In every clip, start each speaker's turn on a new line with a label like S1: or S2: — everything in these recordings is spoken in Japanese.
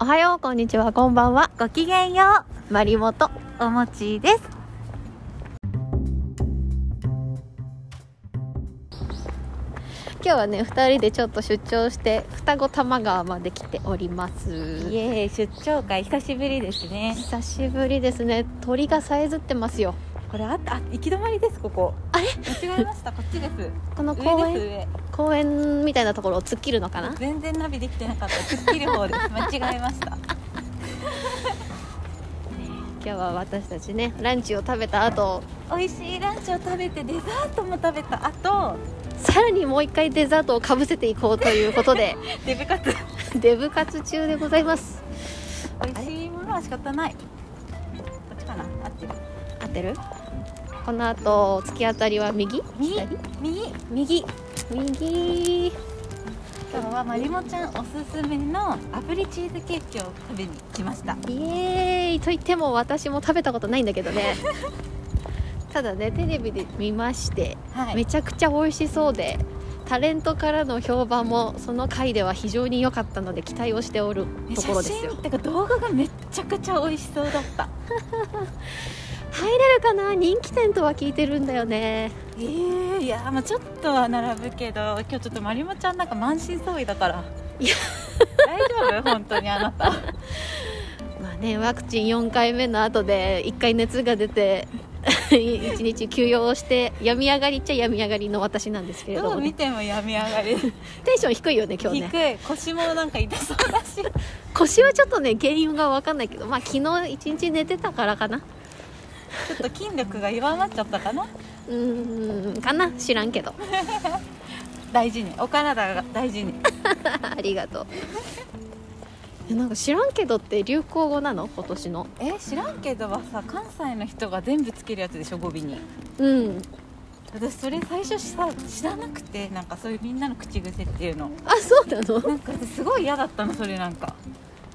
S1: おはよう、こんにちは、こんばんは。
S2: ごきげんよ
S1: まりもと。
S2: う、おもちです。
S1: 今日はね、二人でちょっと出張して、双子玉川まで来ております。
S2: イエーイ、出張会久しぶりですね。
S1: 久しぶりですね。鳥がさえずってますよ。
S2: これあった、あ、行き止まりです、ここ。あれ、間違えました、こっち です。
S1: この公
S2: 上
S1: 園、
S2: です、
S1: 公園みたいなところを突っ切るのか
S2: 上。
S1: な。
S2: 全然ナビできてなかった、突っ切る方 です。間違えました。
S1: 今日は私たちね、ランチを食べた後、
S2: 美味しいランチを食べて、デザートも食べた後、
S1: さらにもう一回デザートをかぶせていこうということ で、
S2: デブカツ。
S1: デブ活中でございます。
S2: 美味しいものは仕方ない。こっちかな、合ってる。
S1: 合ってるこの後、突き当たりは右
S2: 右
S1: 左、
S2: 右、今
S1: 右。右。
S2: 日はまりもちゃんおすすめの炙りチーズケーキを食べに来ました。
S1: イエーイと言っても私も食べたことないんだけど ねただねテレビで見まして
S2: はい。
S1: めちゃくちゃ美味しそうでタレントからの評判もその回では非常に良かったので期待をしておるところですよ
S2: 写真ってか動画がめっちゃくちゃ美味しそうだった
S1: 入れるかな人気店とは聞いてるんだよね
S2: えー、いやーまあちょっとは並ぶけど今日ちょっとまりもちゃんなんか満身創痍だから
S1: いや
S2: 大丈夫本当にあなた
S1: まあねワクチン4回目の後で1回熱が出て1日休養をして病み上がりっちゃ病み上がりの私なんですけれ
S2: ど
S1: ど
S2: う
S1: も、
S2: 見
S1: ね、
S2: ても病み上がり、
S1: テンション低いよね今日ね
S2: 低い腰もなんか痛そうだし
S1: 腰はちょっとね原因が分かんないけどまあ昨日一日寝てたからかな
S2: ちょっと筋力が弱まっちゃったかな
S1: うーんかな知らんけど
S2: 大事にお体が大 事に
S1: ありがとうえなんか知らんけどって流行語なの今年の
S2: え知らんけどはさ関西の人が全部つけるやつでしょ語尾に
S1: うん
S2: 私それ最初さ知らなくてなんかそういうみんなの口癖っていうの
S1: あそうなの
S2: なんかすごい嫌だったのそれなんか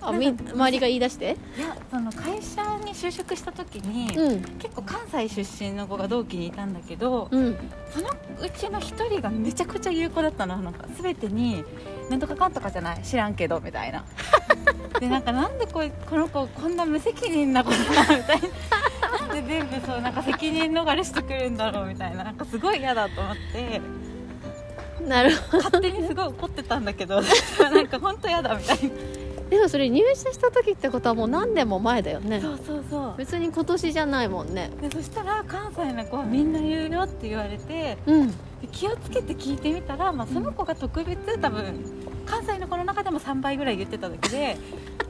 S1: あみ周りが言い出して
S2: いやその会社に就職した時に、
S1: うん
S2: 結構関西出身の子が同期にいたんだけど、
S1: うん
S2: そのうちの一人がめちゃくちゃ有効だったのなんか全てに「なんとかかんとかじゃない知らんけど」みたい なでなんかなんでこいこの子こんな無責任な子だなみたいななんで全部そうなんか責任逃れしてくるんだろうみたいななんかすごい嫌だと思って
S1: なるほ
S2: 勝手にすごい怒ってたんだけど なんか本当嫌だみたいな
S1: どでもそれ入社した時ってことはもう何年も前だよね
S2: そうそうそう
S1: 別に今年じゃないもんね
S2: でそしたら関西の子はみんな言うよって言われて
S1: うん
S2: で気をつけて聞いてみたら、まあ、その子が特別多分関西の子の中でも3倍ぐらい言ってただけで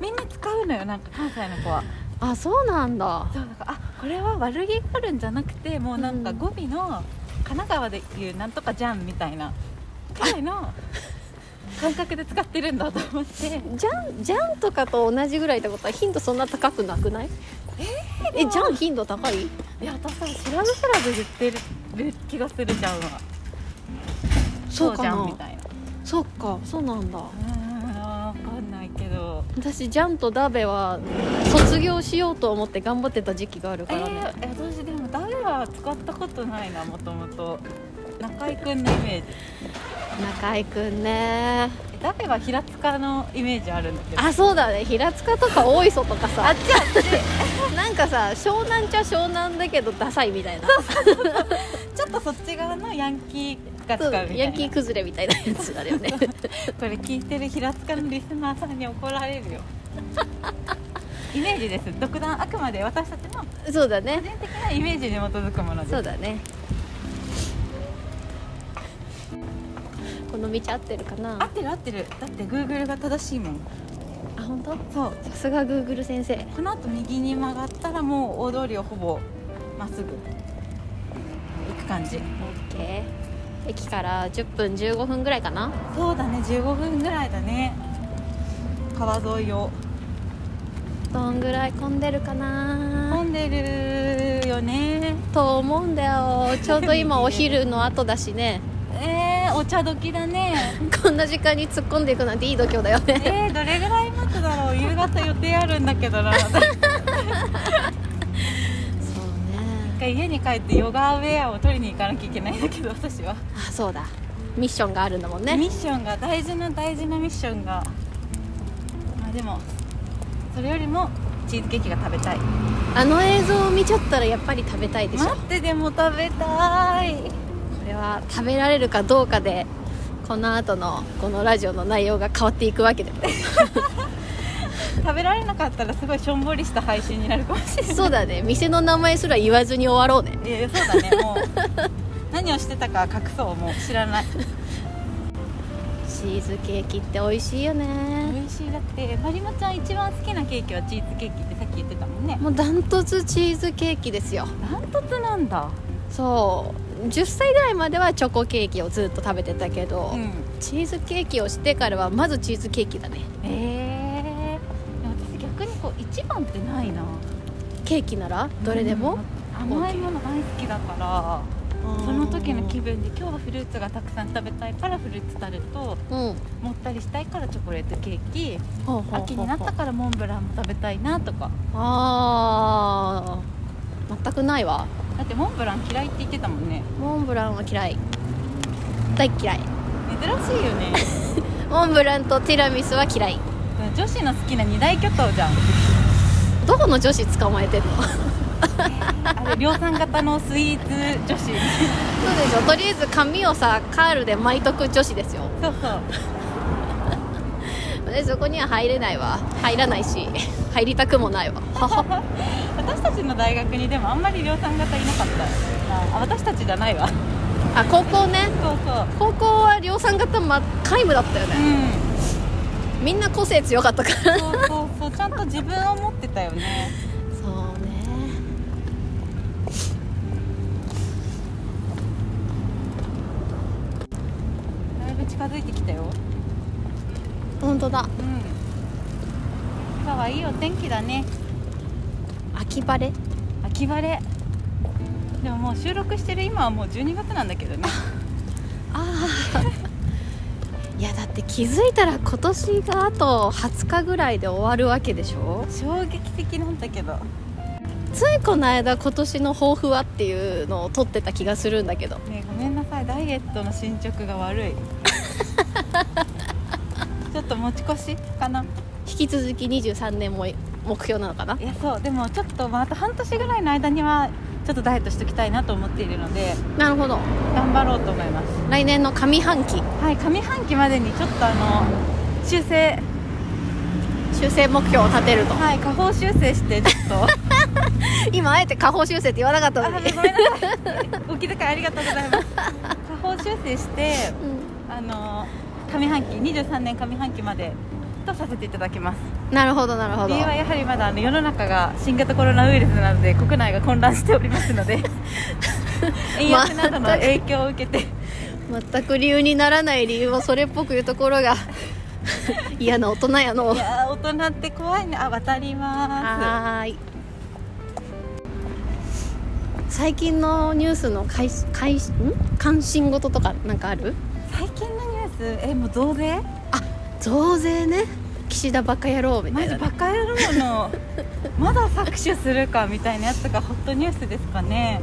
S2: みんな使うのよなんか関西の子は
S1: あそうなんだ
S2: そうだからあこれは悪気があるんじゃなくてもうなんか
S1: うん
S2: 語尾の神奈川で言うなんとかじゃんみたいなくらいの感覚で使ってるんだと思って
S1: じゃんじゃんとかと同じぐらいってことは頻度そんな高くなくないえじゃん頻度高い
S2: いや私多分知らず知らず言ってる気がするじゃんは
S1: そうか
S2: じゃ
S1: なん
S2: みたいな
S1: そっかそうなんだ
S2: うーん分かんないけど
S1: 私ジャンとダベは卒業しようと思って頑張ってた時期がある
S2: え
S1: からね、
S2: ー、私でも誰は使ったことないなもともと中居君のイメージ
S1: 中居くんね
S2: え誰は平塚のイメージあるんだけど
S1: あそうだね平塚とか大磯とかさ
S2: っちあ っ
S1: なんかさ湘南ちゃ湘南だけどダサいみたいな
S2: ちちょっとそっち側のヤンキーが使うみたいな
S1: ヤンキー崩れみたいなやつだよ ね
S2: これ聞いてる平塚のリスナーさんに怒られるよイメージです独断あくまで私たちの個
S1: そうだね
S2: 人的なイメージに基づくものです
S1: そうだ ねこの道合ってるかな
S2: 合ってる合ってるだって Google が正しいもん
S1: あ本当
S2: そう
S1: さすがグーグル先生
S2: この後右に曲がったらもう大通りをほぼまっすぐ行く感じ
S1: OK 駅から10分15分ぐらいかな
S2: そうだね15分ぐらいだね川沿いを
S1: どんぐらい混んでるかな
S2: 混んでるよね
S1: と思うんだよちょうど今お昼の後だしね
S2: えー、お茶時だね
S1: こんな時間に突っ込んでいくなんていい度胸だよね
S2: えー、どれぐらい待つだろう夕方予定あるんだけどな
S1: そうね
S2: 家に帰ってヨガウェアを取りに行かなきゃいけないんだけど私は、
S1: あそうだミッションがあるんだもんね
S2: ミッションが大事な大事なミッションがまあでもそれよりもチーズケーキが食べたい
S1: あの映像を見ちゃったらやっぱり食べたいでしょ、
S2: 待ってでも食べたい
S1: これは食べられるかどうかでこの後のこのラジオの内容が変わっていくわけで
S2: 食べられなかったらすごいしょんぼりした配信になるかもしれない
S1: そうだね店の名前すら言わずに終わろうね
S2: いやいやそうだねもう何をしてたか隠そうもう知らない
S1: チーズケーキって美味しいよ
S2: 美
S1: ね
S2: 味しいだってまりもちゃん一番好きなケーキはチーズケーキってさっき言ってたもんね
S1: もうダントツチーズケーキですよ
S2: ダントツなんだ
S1: そう10歳ぐらいまではチョコケーキをずっと食べてたけど、
S2: うん
S1: チーズケーキをしてからはまずチーズケーキだね
S2: えー、でも私逆にこう一番ってないな
S1: ケーキならどれでも、
S2: うん甘いもの大好きだからその時の気分で今日はフルーツがたくさん食べたいからフルーツタルト
S1: うん
S2: もったりしたいからチョコレートケーキ
S1: ほうほうほうほう
S2: 秋になったからモンブランも食べたいなとか
S1: あー全くないわ
S2: だってモンブラン嫌いって言ってたもんね
S1: モンブランは嫌い大嫌い
S2: 珍しいよね
S1: モンブランとティラミスは嫌い
S2: 女子の好きな二大巨頭じゃん
S1: どこの女子捕まえてんの そう
S2: あれ量産型のスイーツ女子
S1: でしょとりあえず髪をさカールで巻いとく女子ですよ
S2: そうそう
S1: でそこには入れないわ入らないし入りたくもないわはは
S2: 私たちの大学にでもあんまり量産型いなかったあ私たちじゃないわそ
S1: あ高校ね
S2: うそう
S1: 高校は量産型真っ皆無だったよね
S2: う
S1: みんな個性強かったから
S2: んそうそうそうちゃんと自分を持ってたよね
S1: そうね
S2: だいぶ近づいてきたよ
S1: 本当だ
S2: うん今日はいいお天気だね
S1: 秋晴れ
S2: 秋晴れでももう収録してる今はもう12月なんだけどね
S1: ああいやだって気づいたら今年があと20日ぐらいで終わるわけでしょ
S2: 衝撃的なんだけど
S1: ついこの間今年の抱負はっていうのを撮ってた気がするんだけど
S2: ねえごめんなさいダイエットの進捗が悪いちょっと持ち越しかな
S1: 引き続き23年も目標なのかない
S2: やそうでもちょっとまああと半年ぐらいの間にはちょっとダイエットしときたいなと思っているので
S1: なるほど
S2: 頑張ろうと思います
S1: 来年の上半期
S2: はい上半期までにちょっとあの修正
S1: 修正目標を立てると
S2: はい下方修正してちょっと
S1: 今あえて下方修正って言わなかった
S2: あ
S1: の
S2: ご
S1: に
S2: めんなさいお気遣いありがとうございます下方修正して
S1: う
S2: あの上半期23年上半期までとさせていただきます
S1: んなるほどなるほど
S2: 理由はやはりまだあの世の中が新型コロナウイルスなので国内が混乱しておりますの で円安などの影響を受けて
S1: 全く理由にならない理由をそれっぽく言うところ が嫌な大人やの
S2: いやー大人って怖いねあ渡りま
S1: はーい最近のニュースの関関ん関心事とかなんかある
S2: す最近のニュースえもう増税
S1: 増税ね岸田バカ野郎みたい
S2: マジ
S1: な、
S2: バカ野郎のまだ搾取するかみたいなやつがホットニュースですかね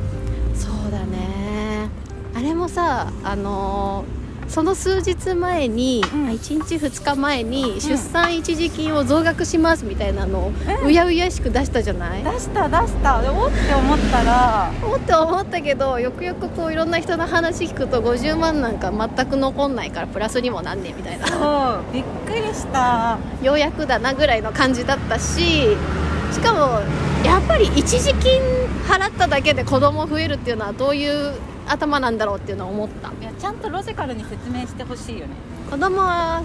S1: そうだねあれもさあのーその数日前に、
S2: うん
S1: あ1日2日前に出産一時金を増額しますみたいなのをうやうやしく出したじゃない、
S2: 出した出したでおって思ったら
S1: おって思ったけどよくよくこういろんな人の話聞くと50万なんか全く残んないからプラスにもなんねえみたいな
S2: そうびっくりした
S1: ようやくだなぐらいの感じだったししかもやっぱり一時金払っただけで子供増えるっていうのはどういう頭なんだろうっていうのを思った
S2: いやちゃんとロジカルに説明してほしいよね
S1: 子供は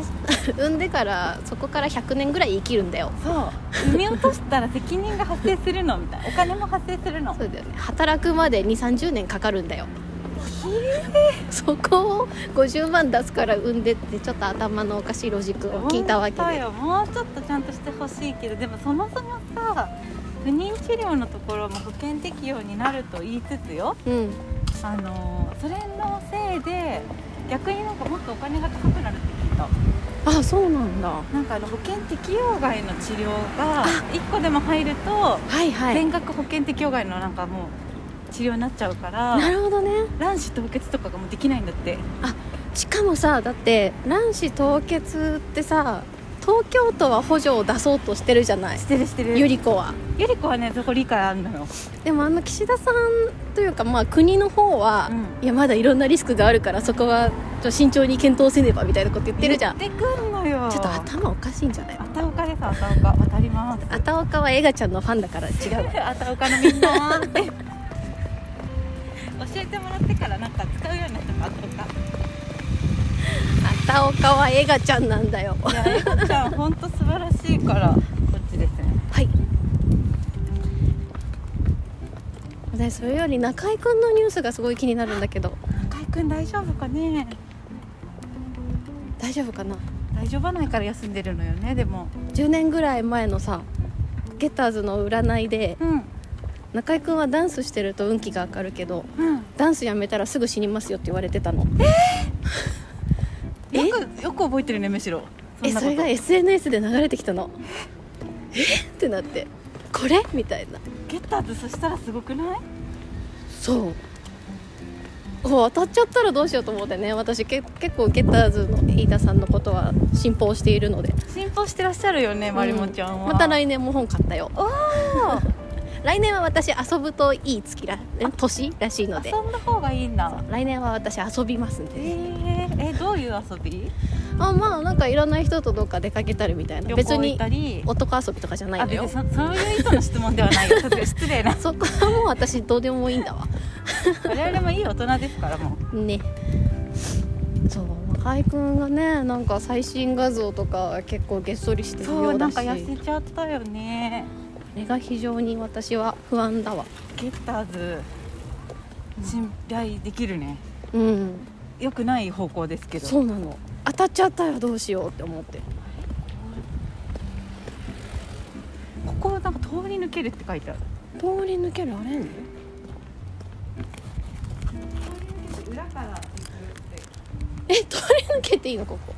S1: 産んでからそこから100年ぐらい生きるんだよ
S2: そう産み落としたら責任が発生するのみたいなお金も発生するの
S1: そうだよね働くまで2 3 0年かかるんだよそこを50万出すから産んでってちょっと頭のおかしいロジックを聞いたわけ
S2: 本当
S1: で
S2: よもうちょっとちゃんとしてほしいけどでもそもそもさ不妊治療のところも保険適用になると言いつつよ
S1: うん
S2: あのそれのせいで逆になんかもっとお金が高くなるって聞いた
S1: あそうなんだ
S2: なんかあの保険適用外の治療が1個でも入ると
S1: はいはい
S2: 全額保険適用外のなんかもう治療になっちゃうから
S1: なるほどね
S2: 卵子凍結とかがもうできないんだって
S1: しかもさだって卵子凍結ってさ東京都は補助を出そうとしてるじゃない
S2: してるしてる
S1: ゆり子は
S2: ゆり子はねそこ理解あんのよ
S1: でもあの岸田さんというか、まあ、国の方は、
S2: う
S1: いやまだいろんなリスクがあるからそこはちょっと慎重に検討せねばみたいなこと言ってるじゃんち
S2: 言ってくんのよ
S1: ょっと頭おかしいんじゃない
S2: あたおかですあたおか渡ります
S1: あたおかはエガちゃんのファンだから違うわ
S2: あたおかのみんなって教えてもらってからなんか使うようになったあた
S1: あたおかはエガちゃんなんだよ
S2: おかいやエコちゃん本当素晴らしいからこっちですね
S1: はい私それより中居君のニュースがすごい気になるんだけど
S2: 中居君大丈夫かね
S1: 大丈夫かな
S2: 大丈夫ないから休んでるのよねでも
S1: 10年ぐらい前のさゲッターズの占いで
S2: うん
S1: 中居君はダンスしてると運気が上がるけど
S2: うん
S1: ダンスやめたらすぐ死にますよって言われてたのえ
S2: よくよく覚えてるねむしろ
S1: えそれが
S2: ゲ
S1: SNS で流れてきたのえってなってこれみたいな
S2: ッターズそしたらすごくない
S1: そうお当たっちゃったらどうしようと思ってね私け結構ゲッターズの飯田さんのことは信奉しているので
S2: 進歩してらっしゃるよねまりもちゃんは、
S1: うまた来年も本買ったよ
S2: おー
S1: 来年は私遊ぶといい月らえ年らしいので
S2: 遊んだ方がいいんだ
S1: 来年は私遊びますんで
S2: え
S1: ね
S2: ー、えどういう遊び
S1: あまあなんかいろんな人とどっか出かけたりみたいな
S2: 旅
S1: 別
S2: 行行っ
S1: に
S2: たり
S1: 男遊びとかじゃない
S2: あ
S1: の
S2: 別に
S1: よ
S2: そそういう意図の質問では ないよ失礼な
S1: そこはもう私どうでもいいんだわ
S2: 我々もいい大人ですからもう
S1: ねそう中居君がねなんか最新画像とか結構げっそりしてるよ
S2: そう
S1: う
S2: な
S1: だ
S2: ん
S1: し
S2: か痩せちゃったよね
S1: これが非常に私は不安だわ
S2: ゲッターズ信頼できるね
S1: うん
S2: 良くない方向ですけど
S1: そうなの当たっちゃったらどうしようって思って
S2: ここなんか通り抜けるって書いてある
S1: 通り抜けられんの
S2: 裏から通
S1: え通り抜けていいのここ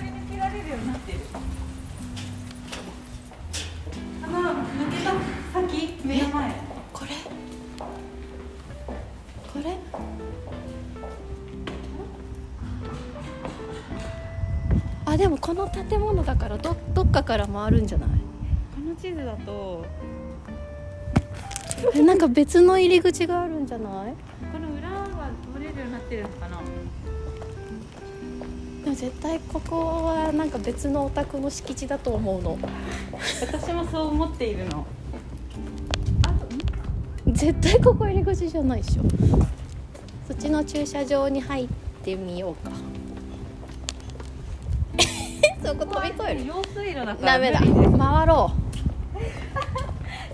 S2: り抜けられるようになってるあの抜けた先目の前
S1: これこれあでもこの建物だからどどっかから回るんじゃない
S2: この地図だと
S1: え なんか別の入り口があるんじゃない
S2: この裏は通れるようになってるのかな
S1: でも絶対ここはなんか別のお宅の敷地だと思うの
S2: 私もそう思っているのあと
S1: 絶対ここ入り口じゃないでしょそっちの駐車場に入ってみようか そこ飛び越える
S2: 用水路だから
S1: ダメだ
S2: 無理です
S1: 回ろ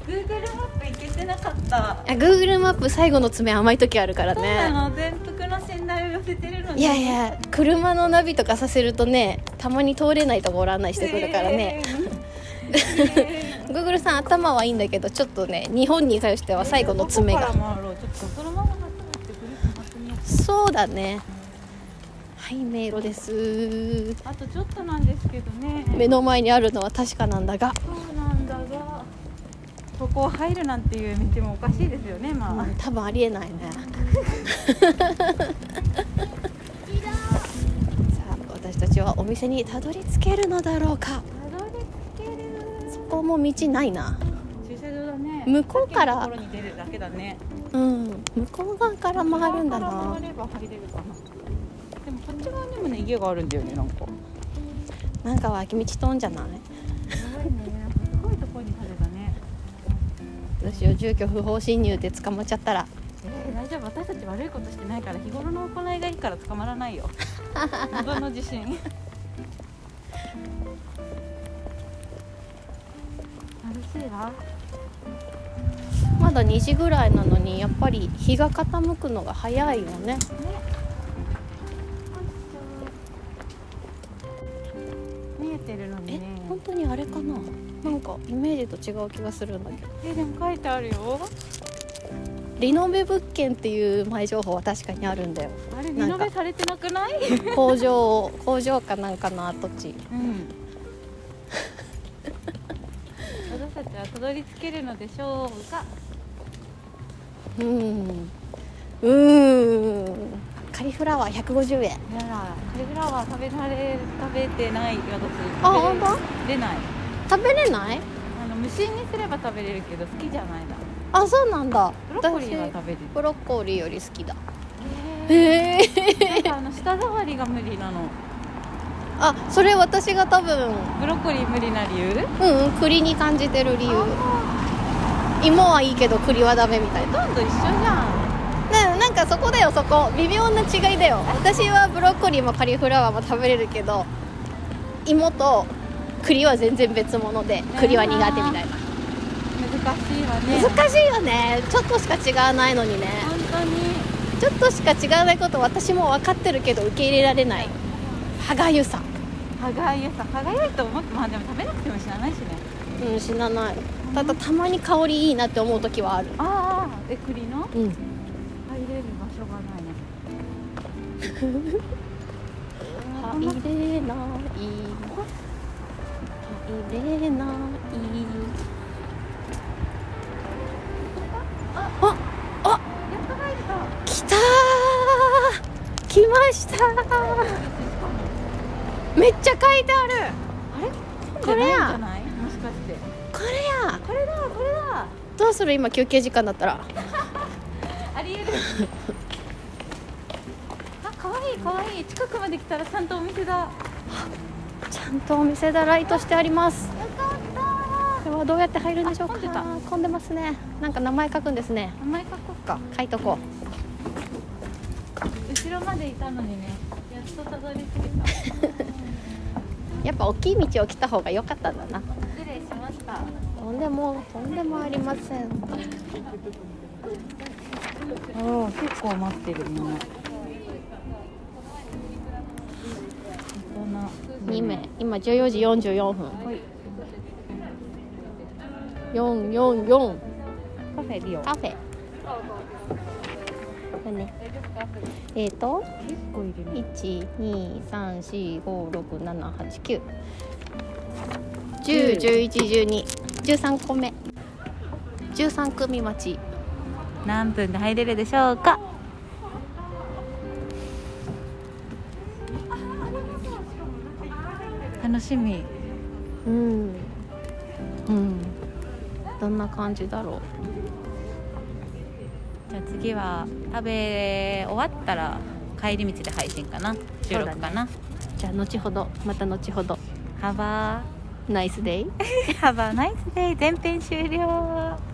S2: Google マップ行けてなかった
S1: うあ Google マップ最後の爪甘い時あるから
S2: そうな
S1: ね
S2: の全幅の信頼を寄せてるのに
S1: いやいや車のナビとかさせるとねたまに通れないところ案内してくるからね、
S2: えーえ
S1: Google さん頭はいいんだけどちょっとね日本に対して
S2: ー
S1: は 最後の爪
S2: ど
S1: が
S2: こから回ろうちょっとそのままなくなってくるかなと思って
S1: そうだねはい迷路です
S2: あとちょっとなんですけどね
S1: 目の前にあるのは確かなんだが
S2: そうなんだがここを入るなんていう道もおかしいですよねまあ、
S1: うん多分ありえないねさあ私たちはお店にたどり着けるのだろうか
S2: たどり着ける
S1: そこも道ないな
S2: 駐車場だね
S1: 向こうから
S2: さっきのところに出るだけだね
S1: うん向こう側から回るんだ
S2: ここから
S1: な
S2: 回れば入れるかなでもこっち側にもね家があるんだよねなんか
S1: なんか脇道とんじゃない
S2: すごいねなんかすごいところに建てたね
S1: どうしよう住居不法侵入で捕まっちゃったら
S2: えー、大丈夫私たち悪いことしてないから日頃の行いがいいから捕まらないよ自分の自信なるしいわ
S1: まだ2時ぐらいなのにやっぱり日が傾くのが早いよね
S2: 見えてるの
S1: え
S2: にね
S1: 本当にあれかななんかイメージと違う気がするんだけど
S2: えでも書いてあるよ
S1: リノベ物件っていう前情報は確かにあるん だよ
S2: あれリ
S1: なんか
S2: ノベされてなくない
S1: 工場を工場かなんかの跡地
S2: うん私たちはたどり着けるのでしょうか
S1: うんうーんカリフラワー150円
S2: やらカリフラワー食べられ食べてない私
S1: あ
S2: 食べれ
S1: 本
S2: れない
S1: 食べれない
S2: あの無心にすれば食べれるけど好きじゃないな
S1: あそうなんだ
S2: ブロッコリーは
S1: 私
S2: 食べれる
S1: ブロッコリーより好きだ
S2: へ
S1: へえ
S2: ーなんかあの舌触りが無理なの
S1: あそれ私が多分
S2: ブロッコリー無理な理由
S1: うんうん栗に感じてる理由
S2: あ
S1: 芋はいいけど栗はダメみたい
S2: ーほ
S1: な
S2: とんど一緒じゃん
S1: ななんかそこだよそこ微妙な違いだよ私はブロッコリーもカリフラワーも食べれるけど芋と栗は全然別物で栗は苦手みたいな
S2: 難しいわね
S1: 難しいよねちょっとしか違わないのにね
S2: 本当に
S1: ちょっとしか違わないこと私も分かってるけど受け入れられない歯がゆさ
S2: 歯がゆさ歯がゆいと思ってまあでも食べなくても知らないしね
S1: うん死なないただたまに香りいいなって思う時はある
S2: ああえ栗の入
S1: うん
S2: れる場所がないね
S1: 入れ ない入れないあ
S2: やっと入った
S1: 来たー来ましたーめっちゃ書いてある
S2: あれ
S1: これや
S2: 混んでないんじゃないもしかして
S1: これや
S2: これだこれだ
S1: どうする今休憩時間だったら
S2: あ りえるあ可愛い可愛い近くまで来たらちゃんとお店だよ
S1: ちゃんとお店だライトしてあります
S2: かった
S1: これはどうやって入るんでしょうか
S2: あ混んでた
S1: 混んでますねなんか名前書くんですね
S2: 名前書こうか
S1: 書いとこ
S2: 後ろまでいたのにねやっとたどり着けた失
S1: うやっぱ大きい道を来た方が良かったんだな
S2: 礼しました
S1: とんでもとんでもありません
S2: おお結構待ってるみんな
S1: 2名今14時44分
S2: はい
S1: 444
S2: カフェリオ
S1: カフェだねえっ、ー、と
S2: 結構いるね
S1: 1 2 3 4 5 6 7 8 9 1 0 1 1 1 2 1 3個目13組待ち
S2: 何分で入れるでしょうか楽しみ
S1: うんうんどんな感じだろ
S2: じゃあ次は食べ終わったら帰り道で配信かな収録かな、
S1: うじゃあ後ほどまた後ほど
S2: ハバ
S1: ナイスデイ
S2: ーハバーナイスデイ全編終了